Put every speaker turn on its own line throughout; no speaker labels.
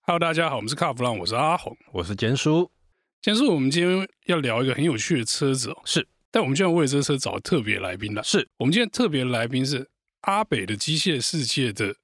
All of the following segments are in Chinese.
Hello，大家好，我们是卡弗朗，我是阿红。
我是简叔，
今天是我们今天要聊一个很有趣的车子哦，
是，
但我们居然为了这车找特别来宾了。
是
我们今天特别来宾是阿北的机械世界的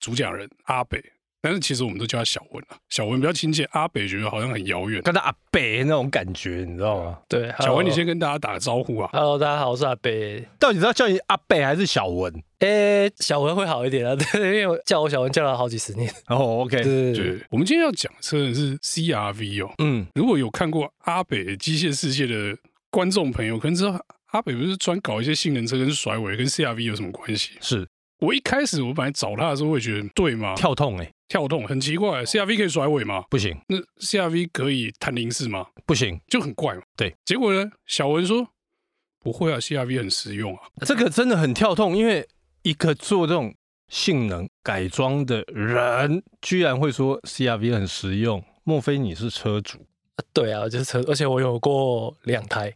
主讲人阿北，但是其实我们都叫他小文啊，小文比较亲切，阿北觉得好像很遥远。
跟他阿北那种感觉，你知道吗？
对，
小
hello
文，你先跟大家打个招呼啊。
Hello，大家好，我是阿北。
到底是要叫你阿北还是小文？
诶、小文会好一点啊， 对，因为我叫我小文叫了好几十年。
哦，OK、o k
对对对，
对，我们今天要讲的车子是 CRV 哦。
嗯，
如果有看过阿北的机械世界的观众朋友，可能知道阿北不是专搞一些性能车跟甩尾，跟 CRV 有什么关系？
是
我一开始我本来找他的时候，会觉得对吗？跳
跳痛哎、
跳动很奇怪，CRV 可以甩尾吗？
不行
那 CRV 可以弹零式吗？
不行，
就很怪嘛。
对，
结果呢，小文说不会啊，CRV 很实用啊。
这个真的很跳痛，因为一个做这种性能改装的人，居然会说 CRV 很实用，莫非你是车主？
对啊，我就是车，而且我有过两台，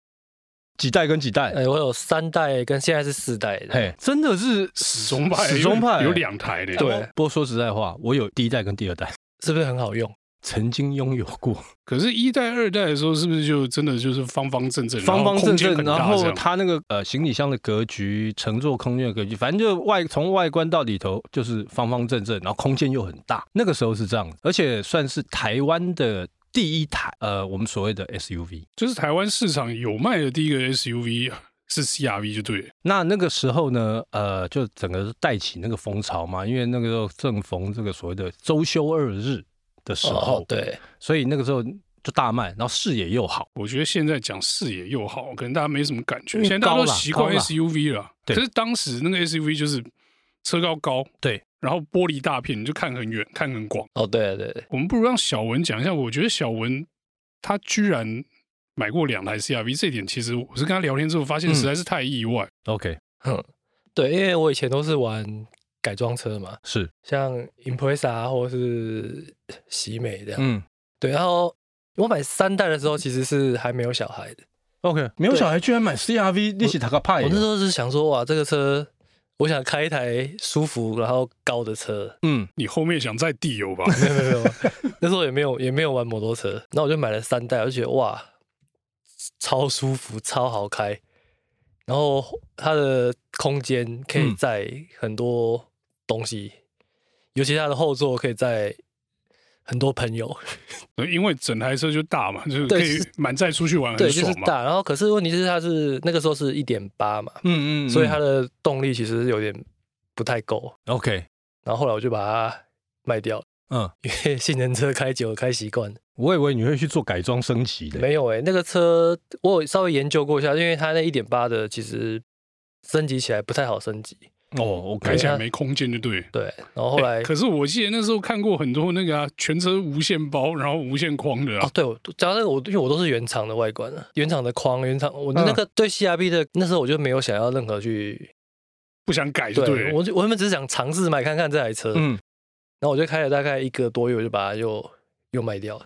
几代跟几代？
呃，我有三代跟现在是四代的。
嘿，真的是
始终派，
始终派
有有两台的。
对
不过说实在话，我有第一代跟第二代，
是不是很好用？
曾经拥有过。
可是，一代、二代的时候，是不是就真的就是方方正正，
方方正
然后空间
正，
很大
然后
这样
它那个呃行李箱的格局、乘坐空间的格局，反正就外从外观到里头就是方方正正，然后空间又很大。那个时候是这样子，而且算是台湾的第一台呃我们所谓的 SUV。
就是台湾市场有卖的第一个 SUV 是 CRV 就对了。
那那个时候呢，呃，就整个带起那个风潮嘛，因为那个时候正逢这个所谓的周休二日的时候，
哦，对，
所以那个时候就大卖，然后视野又好。
我觉得现在讲视野又好，可能大家没什么感觉，
因为
现在大家都
高啦
习惯
高啦
SUV 了。可
对
是当时那个 SUV 就是车高高，
对，
然后玻璃大片，你就看很远，看很广。
哦，对对对，
我们不如让小文讲一下，我觉得小文他居然买过两台 CRV，这一点其实我是跟他聊天之后发现
嗯
实在是太意外。
OK，
哼，对，因为我以前都是玩改装车嘛，
是，
像 Impreza 啊或者是喜美这样。
嗯
对，然后我买三代的时候其实是还没有小孩的。
，OK，没有
对
小孩居然买 CRV，一起打个
哎
派
我那时候是想说，哇，这个车，我想开一台舒服然后高的车。
嗯，
你后面想再地 油吧？
没有没有没有，那时候也没有也没有玩摩托车，然后我就买了三代，我就觉得哇，超舒服，超好开。然后它的空间可以
嗯
载很多东西，尤其它的后座可以载很多朋友，
对因为整台车就大嘛，就是
对
可以
是
满载出去玩
对，
很
就是
爽嘛。
大。然后可是问题是它是那个时候是一点八嘛，
嗯嗯，
所以它的动力其实有点不太够。
OK，
然后后来我就把它卖掉，
嗯，
因为 性能车开久了开习惯了。
我以为你会去做改装升级的，
没有欸诶、那个车我有稍微研究过一下，因为它那一点八的其实升级起来不太好升级。
哦，OK，
看起来
对
没空间就对。
对，然后后来、
欸 可是我记得那时候看过很多那个啊，全车无限包，然后无限框的啊
哦，，对，我讲到那个我因为我都是原厂的外观啊，原厂的框，原厂我那个对 CRB 的、那时候我就没有想要任何去，
不想改就
对
对了。
我就我原本只是想尝试买看看这台车，
嗯，
然后我就开了大概一个多月，我就把它又又卖掉了。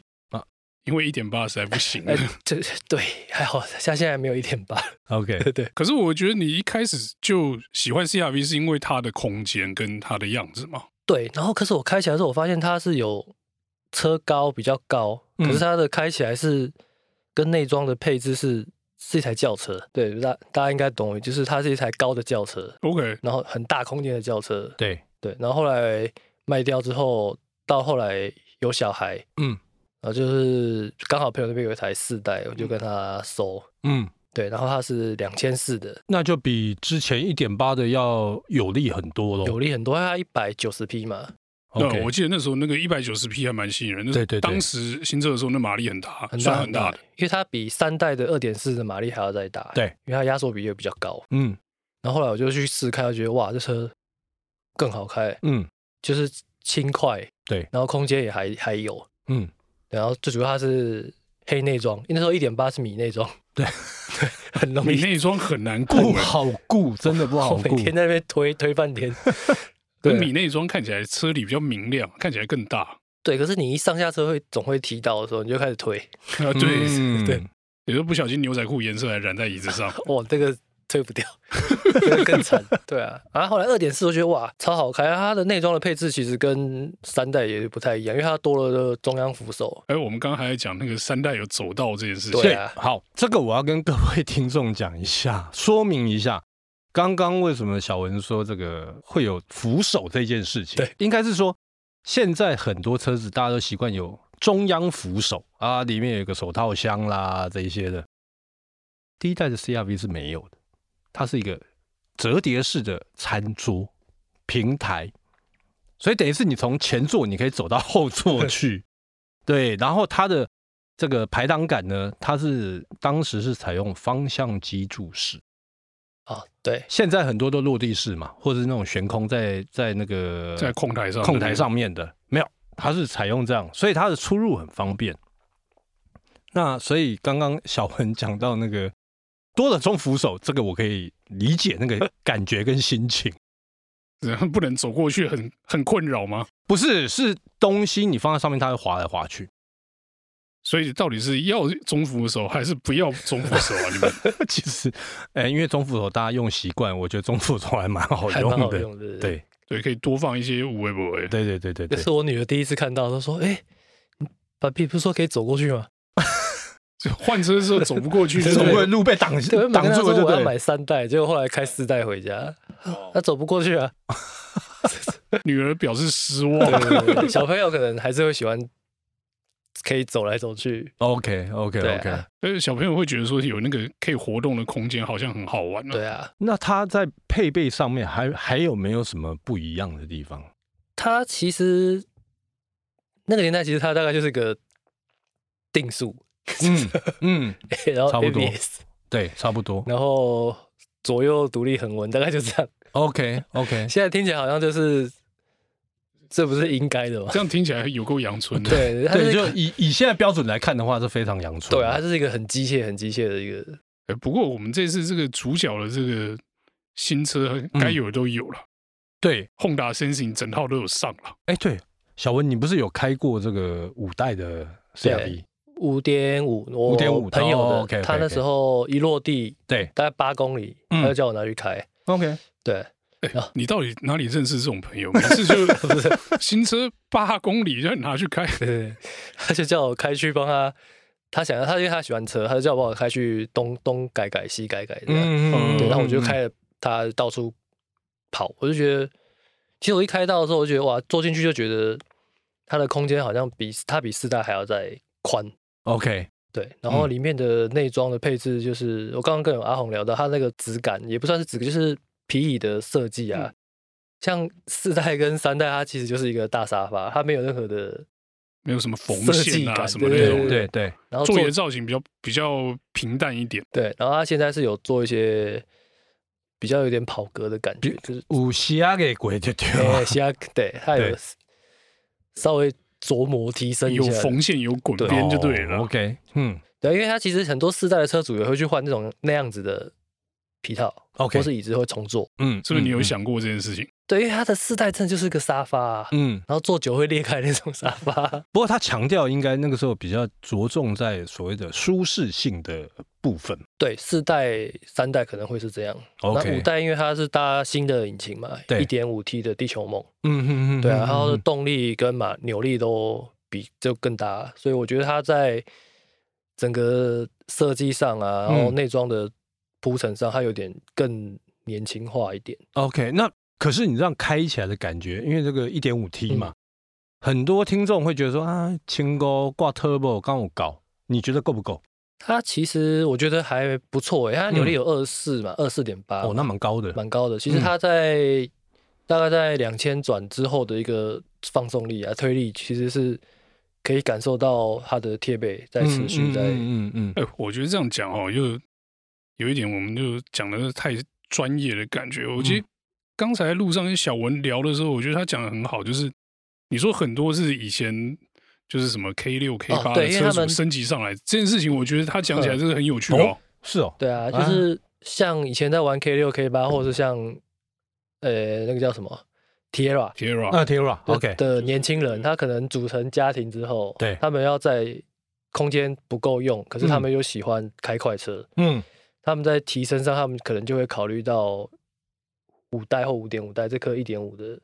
因为一点八实在不行了
哎、这对还好，像现在没有一点八，
，OK，
对对。
可是我觉得你一开始就喜欢 CRV 是因为它的空间跟它的样子嘛。
对，然后可是我开起来的时候，我发现它是有车高比较高，
嗯
可是它的开起来是跟内装的配置是是一台轿车，对，大大家应该懂，就是它是一台高的轿车，
OK，
然后很大空间的轿车，
对，
对，然后后来卖掉之后，到后来有小孩，
嗯
然后就是刚好朋友那边有一台四代，我就跟他收，
嗯，
对，然后它是两千四的，
那就比之前一点八的要有力很多咯。
有力很多，它一百九十匹嘛，
对，
OK，
我记得那时候那个一百九十匹还蛮吸引人的。
对对对
当时新车的时候，那马力很大，
很
算
大
很大的。，
因为它比三代的二点四的马力还要再大，
对，
因为它压缩比也比较高。
嗯
然后后来我就去试开，我觉得哇，这车更好开，
嗯
就是轻快，
对
然后空间也还还有，
嗯，
然后最主要它是黑内装，因为那时候一点八是米内装，
对
对，很容
你
易，
内装很难
不
顾 哎，
好顾，真的不好
我每
顾。
天在那边推推半天，
可
对
是米内装看起来车里比较明亮，看起来更 大。
对，可是你一上下车会总会提到的时候，你就开始推，
啊，对，
嗯
对，
有时候不小心牛仔裤颜色还染在椅子上。
哇，这个推不掉， 觉得更惨。对啊，然后后来二点四我觉得哇超好开，啊它的内装的配置其实跟三代也不太一样，因为它多了个中央扶手。
哎，我们刚才还讲那个三代有走道这件事情，
对啊
好，这个我要跟各位听众讲一下，说明一下，刚刚为什么小文说这个会有扶手这件事情？
对，
应该是说现在很多车子大家都习惯有中央扶手啊，里面有一个手套箱啦这一些的。第一代的 CRV 是没有的，它是一个折叠式的餐桌平台，所以等于是你从前座你可以走到后座去，对，然后它的这个排挡杆呢，它是当时是采用方向机注式，
啊，对，
现在很多都落地式嘛，或者是那种悬空在在那个
在控台上，
控台上面的，没有，它是采用这样，所以它的出入很方便。那所以刚刚小文讲到那个多了中扶手，这个我可以理解那个感觉跟心情，
对 不对，不能走过去很很困扰吗？
不是是东西你放在上面它会滑来滑去，
所以到底是要中扶手还是不要中扶手啊？你 们
其实，哎、因为中扶手大家用习惯，我觉得中扶手还蛮好
还
用
蛮好
的，
用的。
对。
对，可以多放一些无为不为。
对对对对
那
对，
是我女儿第一次看到，她说：“哎、爸比不是说可以走过去吗
就换车的时候走不过 去，
就是
对不
会
对
路被挡？”
对，我
挡
本来
住了，
说
就
我要
对
买
了。
三代，结果后来开四代回家，她走不过去啊。
女儿表示失
对
望。
对对对小朋友可能还是会喜欢可以走来走去。
OK OK
对
OK，、
啊
但是小朋友会觉得说有那个可以活动的空间，好像很好玩啊。
对啊，
那它在配备上面还还有没有什么不一样的地 方？
它其实那个年代，其实它大概就是个定速，
嗯嗯，
然后
差不多
ABS，
对，差不多。
然后左右独立恒温，大概就这样。
OK OK，
现在听起来好像就是这不是应该的吗？
这样听起来有够阳春的。
对，它
对，
是
就以以现在标准来看的话，是非常阳春。
对啊，它，是一个很机械、很机械的一个。
哎不过我们这次这个主角的这个新车
嗯
该有的都有了
对，
，Honda Sensing 整套都有上了。
哎对，小文，你不是有开过这个五代的 CRV？
五点五，我
5.5
朋友的，
哦，OK，OK，OK
他那时候一落地
对
大概八公里，
嗯
他就叫我拿去开。
，OK，
对，啊
你到底哪里认识这种朋友？每次就
不是，
新车八公里就拿去开，
对，他就叫我开去帮他，他想要他因为他喜欢车，他就叫我帮我开去东东改改西改改这样。
嗯
对，然后我
嗯
就开了他到处跑，我就觉得，其实我一开到的时候，我就觉得哇，坐进去就觉得它的空间好像比它比四代还要再宽。
OK，
对，然后
嗯
里面的内装的配置，就是、我刚刚跟有阿红聊到，它那个质感也不算是质感，就是皮椅的设计啊。像四代跟三代，它其实就是一个大沙发，它没有任何的，
没有什么缝
设计
线啊
感
什么
对
那种
对
的。
对对，
然后
座
坐
椅的造型比较比较平淡一点，
对，然后它现在是有做一些比较有点跑格的感觉，就是
五西啊给鬼就对
哎，
了。
其他对它有
对
稍微琢磨提升一
有
下的，
缝线有滚边就对了。
哦 OK，嗯
对，因为它其实很多四代的车主也会去换那种那样子的皮套
，OK，
或是椅子会重做。
嗯，
是不是你有
嗯？
想过这件事情？
对，因为它的四代真的就是个沙发啊、
嗯，
然后坐久会裂开那种沙发。啊
不过他强调应该那个时候比较着重在所谓的舒适性的部分。
对，四代、三代可能会是这样。那
OK，
五代因为它是搭新的引擎嘛，
对
一点五 T 的地球梦，
嗯嗯嗯，
对啊，
嗯
然后动力跟马扭力都比就更大，所以我觉得它在整个设计上啊，然后
嗯
内装的铺陈上，它有点更年轻化一点。
OK，那可是你这样开起来的感觉，因为这个一点五
嗯
T 嘛，很多听众会觉得说啊，轻高挂 Turbo 刚我搞，你觉得够不够？
它其实我觉得还不错诶、它扭力有二四嘛，二四点八，
嗯哦，那蛮高的。
啊蛮高的。其实
嗯
它在、大概在两千转之后的一个放松力啊、推力，其实是可以感受到它的贴背在持续
嗯
在、
嗯嗯嗯
哎、我觉得这样讲哦，又有一点我们就讲的太专业的感觉。我觉
嗯
得刚才路上跟小文聊的时候，我觉得他讲的很好，就是你说很多是以前。就是什么 K 六 K 八
哦对
的
因为
车
他
主
们
升级上来这件事情，我觉得他讲起来真的很有趣
嗯
哦。
是哦，
对啊，就
啊
是像以前在玩 K 六 K 八，或者是像呃那个叫什么 Tierra。
Tierra，
那 Terra
的
OK，
的年轻人，他可能组成家庭之后，
对
他们要在空间不够用，可是他们又喜欢开快车，
嗯
他们在提升上，他们可能就会考虑到五代或五点五代这颗一点五的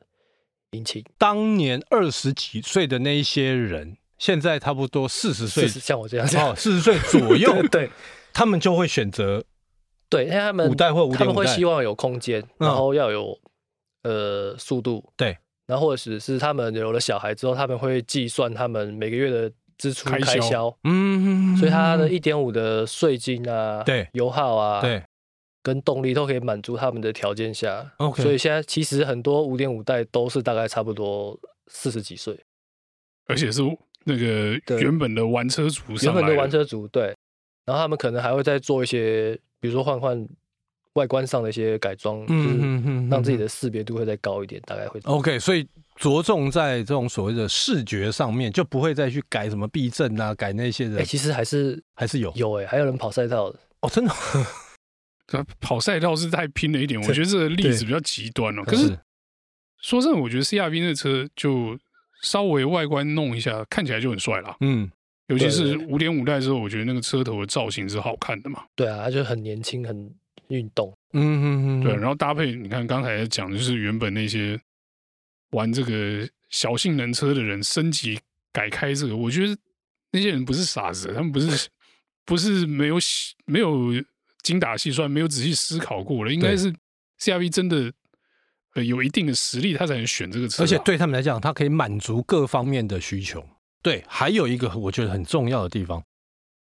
引擎，
当年二十几岁的那一些人，现在差不多四十岁
是是像我这样
哦，四十岁左右，
对对
他们就会选择
对，因为他们
五代或五
他
点
们
五
会
代
希。望有空间，然后要有呃速度，
对，
然后或者是他们有了小孩之后，他们会计算他们每个月的支出
开
开
销
销，
嗯，
所以它的一点五的税金啊、
对
油耗啊、
对
跟动力都可以满足他们的条件下。
OK
所以现在其实很多五点五代都是大概差不多四十几岁，
而且是那个
对
原本的玩车族
原
上来
本
的
的玩车族对，然后他们可能还会再做一些，比如说换换外观上的一些改装，嗯，
嗯嗯哦
让自己的识别度会再高一点，大概会。
OK，所以着重在这种所谓的视觉上面，就不会再去改什么避震啊，改那些
哎、
的，
其实还是
还是有
有哎、还有人跑赛道的，
哦，真的
他跑赛道是太拼了一点，我觉得这个例子比较极端哦。 可是说真的，我觉得 CRV 那车就稍微外观弄一下，看起来就很帅啦。
嗯，
尤其
对
是
对
五点五代之后，我觉得那个车头的造型是好看的嘛。
对啊，他就很年轻，很运动，
嗯嗯嗯，
对，然后搭配你看刚才讲的就是原本那些玩这个小性能车的人升级改开这个，我觉得那些人不是傻子，他们不是不是没有细没有精打细算，没有仔细思考过的，应该
对
是 CRV 真的呃有一定的实力，他才能选这个车啊、
而且对他们来讲，它可以满足各方面的需求。对，还有一个我觉得很重要的地方，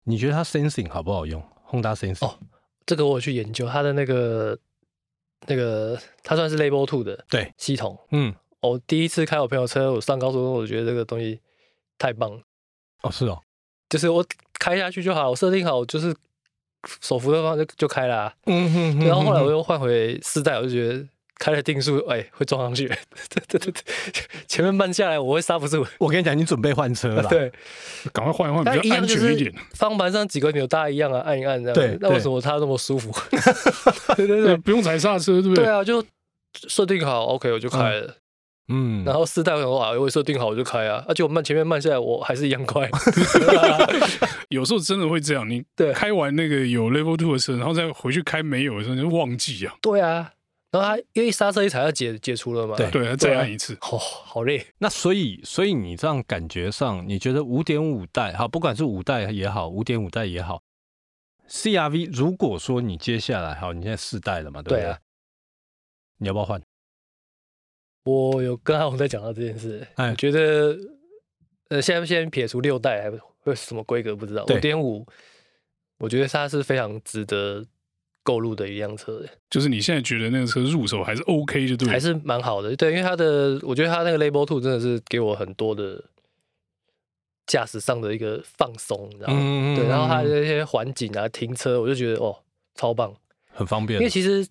你觉得它 sensing 好不好用？Honda sensing
哦这个我有去研究它的那个那个，它算是 Level Two 的
对
系统。
嗯，
我第一次开我朋友车，我上高速公路，我觉得这个东西太棒了，
哦是哦，
就是我开下去就好，我设定好就是手扶的方就就开啦、
嗯哼
然后后来我又换回四代，我就觉得。开了定速，哎，会撞上去。 对对对对，前面慢下来，我会刹不住。
我跟你讲，你准备换车了，
对，
赶快换一换，
但
哦比较安全一点。。
方盘上几个钮大家一样啊，按一按这样。
对
那为
对
什么它那么 舒服？对对
对，
对，
不用踩刹车，对不对？
对啊，就设定好，OK，我就开了。
嗯，
然后四代我想说啊，我设定好我就开啊，而且我慢前面慢下来，我还是一样 啊快。
有时候真的会这样，你
对
开完那个有 Level Two 的车，然后再回去开没有的时候，你就忘记啊。
对啊，然后它因为刹车一踩要解解除了嘛。
对
对，再按一次。
哦，好累。
那所以，所以你这样感觉上，你觉得五点五代哈，不管是五代也好，五点五代也好，CRV，如果说你接下来好，你现在四代了嘛，对不对？
对啊
你要不要换？
我有跟阿红在讲到这件事，
哎
我觉得呃，现在先撇除六代还不会什么规格不知道，
对
五点五，我觉得它是非常值得购入的一辆车。
就是你现在觉得那个车入手还是 OK
嗯
就对了，
还是蛮好的。对，因为它的，我觉得它那个 Label Two 真的是给我很多的驾驶上的一个放松，你知道吗？
嗯
对，然后它的那些环境啊、停车，我就觉得哦，超棒。
很方便
因为，其实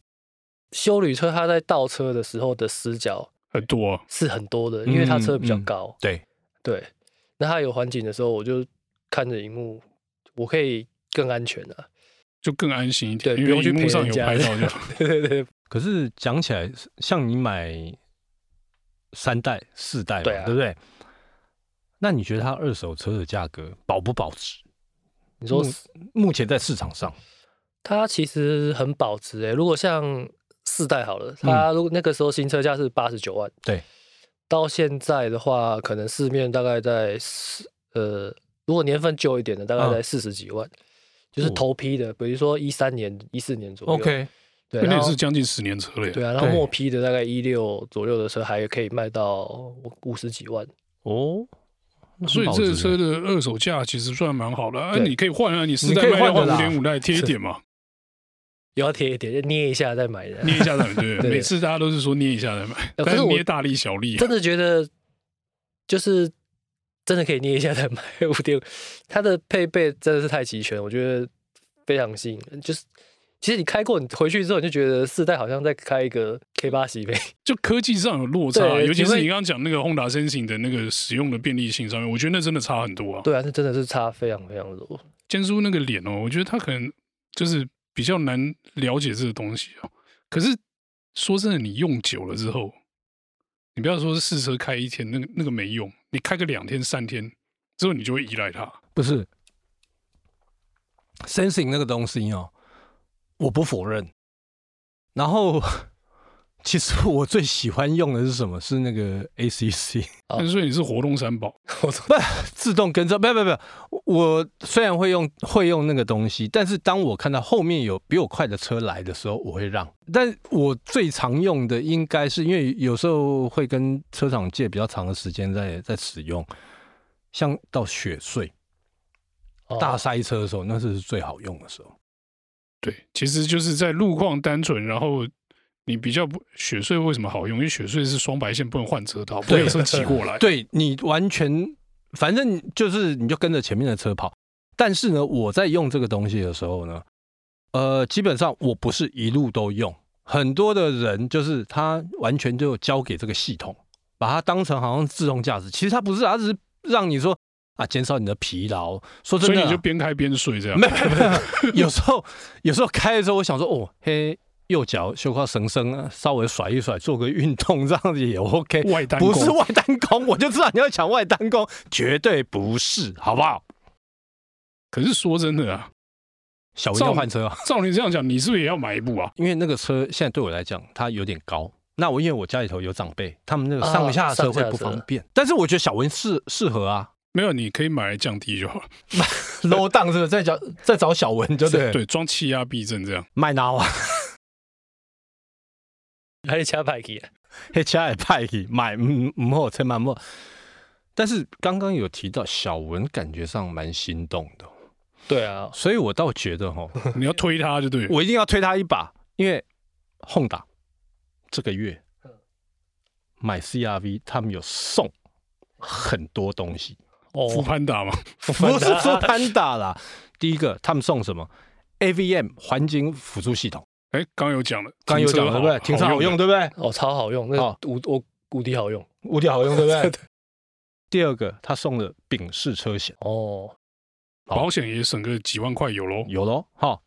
修旅车它在倒车的时候的死角
很多啊、
是很多的，因为它车比较
嗯嗯
高。
对，
对，那它有环境的时候，我就看着荧幕，我可以更安全啊。
就更安心一点，
对
因为
不用去
荧幕
陪
上
人
有
家
拍到就好。
对对对，
可是讲起来，像你买三代、四代嘛，
对啊
不对？那你觉得它二手车的价格保不保值？
你说
目目前在市场上，
它其实很保值诶、如果像四代好了，它如果那个时候新车价是八十九万，
对，
到现在的话，可能市面大概在四呃，如果年份旧一点的，大概
嗯
在四十几万，就是
哦
头批的，比如说一三年、一四年左右。
OK，
对，
那
然
也
后
是将近十年车了耶，
对啊，然后
对
末批的大概一六左右的车，还可以卖到五十几万。
哦，那很
所以
保
这个
值
车的二手价其实算蛮好的。啊，
对
你可以换啊，你四
你
代
可以
卖掉换
换的
五
啦
点五代贴一点嘛，
有要贴一点，捏一下再买的。
捏一下再买，对不对？
对
每次大家都是说捏一下再买，
呃可
但
是
是
我
捏大力小力啊，
真的觉得就是真的可以捏一下再买五点五，它的配备真的是太齐全，我觉得非常吸引人。就是其实你开过，你回去之后你就觉得四代好像在开一 个 K 八喜杯，
就科技上有落差啊，
对
尤其
你
是
会
你刚刚讲那个 Honda Sensing 的那个使用的便利性上面，我觉得那真的差很多啊。
对啊，那真的是差非常非常 多。
坚叔那个脸哦，我觉得他可能就是比较难了解这个东西哦。可是说真的，你用久了之后，你不要说是试车开一天，那个那个没用，你开个两天三天之后，你就会依赖它。
不是 sensing 那个东西哦，我不否认。然后， 其实我最喜欢用的是什么？是那个 ACC
哦
但是所以你是活动三宝，
我操，
自动跟照。不不不，我虽然会用会用那个东西，但是当我看到后面有比我快的车来的时候，我会让。但我最常用的应该是因为有时候会跟车厂借比较长的时间在在使用，像到雪隧
哦
大塞车的时候，那是最好用的时候。
对，其实就是在路况单纯，然后你比较不雪隧为什么好用？因为雪隧是双白线，不能换车道，不会有车骑过来。
对你完全，反正就是你就跟着前面的车跑。但是呢，我在用这个东西的时候呢，呃，基本上我不是一路都用，很多的人就是他完全就交给这个系统，把它当成好像自动驾驶，其实它不是，啊它只是让你说啊，减少你的疲劳。说真
所以
的
你
啊，
就边开边睡这样
没。有没有，没有有时候有时候开的时候，我想说哦，嘿，右脚修块绳绳啊，稍微甩一甩，做个运动，这样子也 OK。
外单
不
弓
是外单工，我就知道你要抢外单工，绝对不是，好不好？
可是说真的啊，
小文要换车啊，
照你这样讲，你是不是也要买一部啊？
因为那个车现在对我来讲，它有点高。那我因为我家里头有长辈，他们那个啊上下车会不方便，但是我觉得小文适适合 啊
没有，你可以买来降低就好了。
，low down 是不是？再找再找小文就对，
对，装气压避震这 样。
麦拿啊，
还得加排气啊，
黑车也派去买唔唔好，千万唔好。但是刚刚有提到小文，感觉上蛮心动的，哦
对啊，
所以我倒觉得哦哈，
你要推它就对了。
我一定要推他一把，因为 Honda 这个月买 CRV，他们有送很多东西，
哦，
福潘达嘛，
不是说 Panda 啦。第一个，他们送什么？AVM 环境辅助系统，
哎，刚有讲了，
刚有讲
停
了
车
对不对？停车好用，
的。
对不对？
哦，超好用，那
哦
无我无敌好用
无敌好用， 对不对？第二个，他送了丙式车险，
哦，
好
保险也省个几万块有喽。
有咯。哈。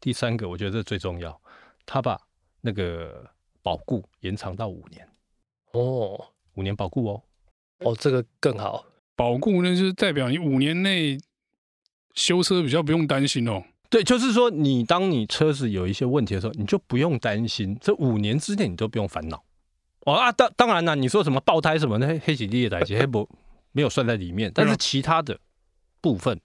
第三个，我觉得这最重要，他把那个保固延长到五年，
哦，
五年保固哦。
哦，这个更好，
保固那就是代表你五年内修车比较不用担心哦。
对，就是说，你当你车子有一些问题的时候，你就不用担心，这五年之内你都不用烦恼。哦啊，当当然啦，你说什么爆胎什么那黑起地的代机，黑不没有算在里面，但是其他的部分，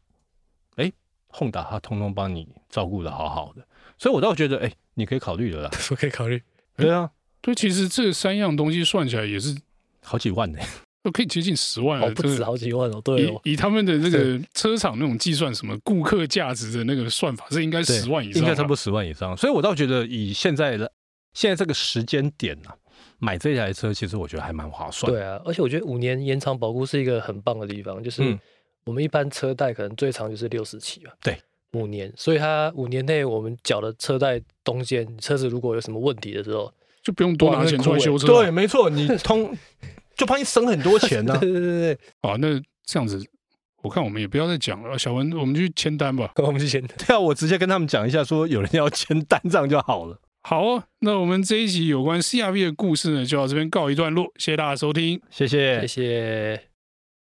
哎，轰达它通通帮你照顾的好好的，所以我倒觉得，哎，你可以考虑的啦。
我可以考虑。
对啊，
对，其实这三样东西算起来也是
好几万呢、
呃可以接近十万
哦
了，，
不
真
止
的
好几万哦，对哦，
以以他们的那个车厂那种计算什么顾客价值的那个算法，是应该
对
十万以上啊
应
吧，
该差不多十万以上。所以我倒觉得，以现在的现在这个时间点啊，买这台车其实我觉得还蛮划算的。
对啊，而且我觉得五年延长保固是一个很棒的地方，就是
嗯
我们一般车贷可能最长就是六十期吧，
对，
五年，所以它五年内我们缴的车贷中间，车子如果有什么问题的时候，
就不用多拿钱出来修车。啊
对，，没错，你通 就帮你省很多钱 呢、
对对对对，
啊，那这样子，我看我们也不要再讲了，小文，我们去签单吧。
我们之前
对啊，我直接跟他们讲一下，说有人要签单，这样就好了。
好、哦，那我们这一集有关 CRV 的故事呢，就到这边告一段落，谢谢大家收听。
谢谢
谢谢。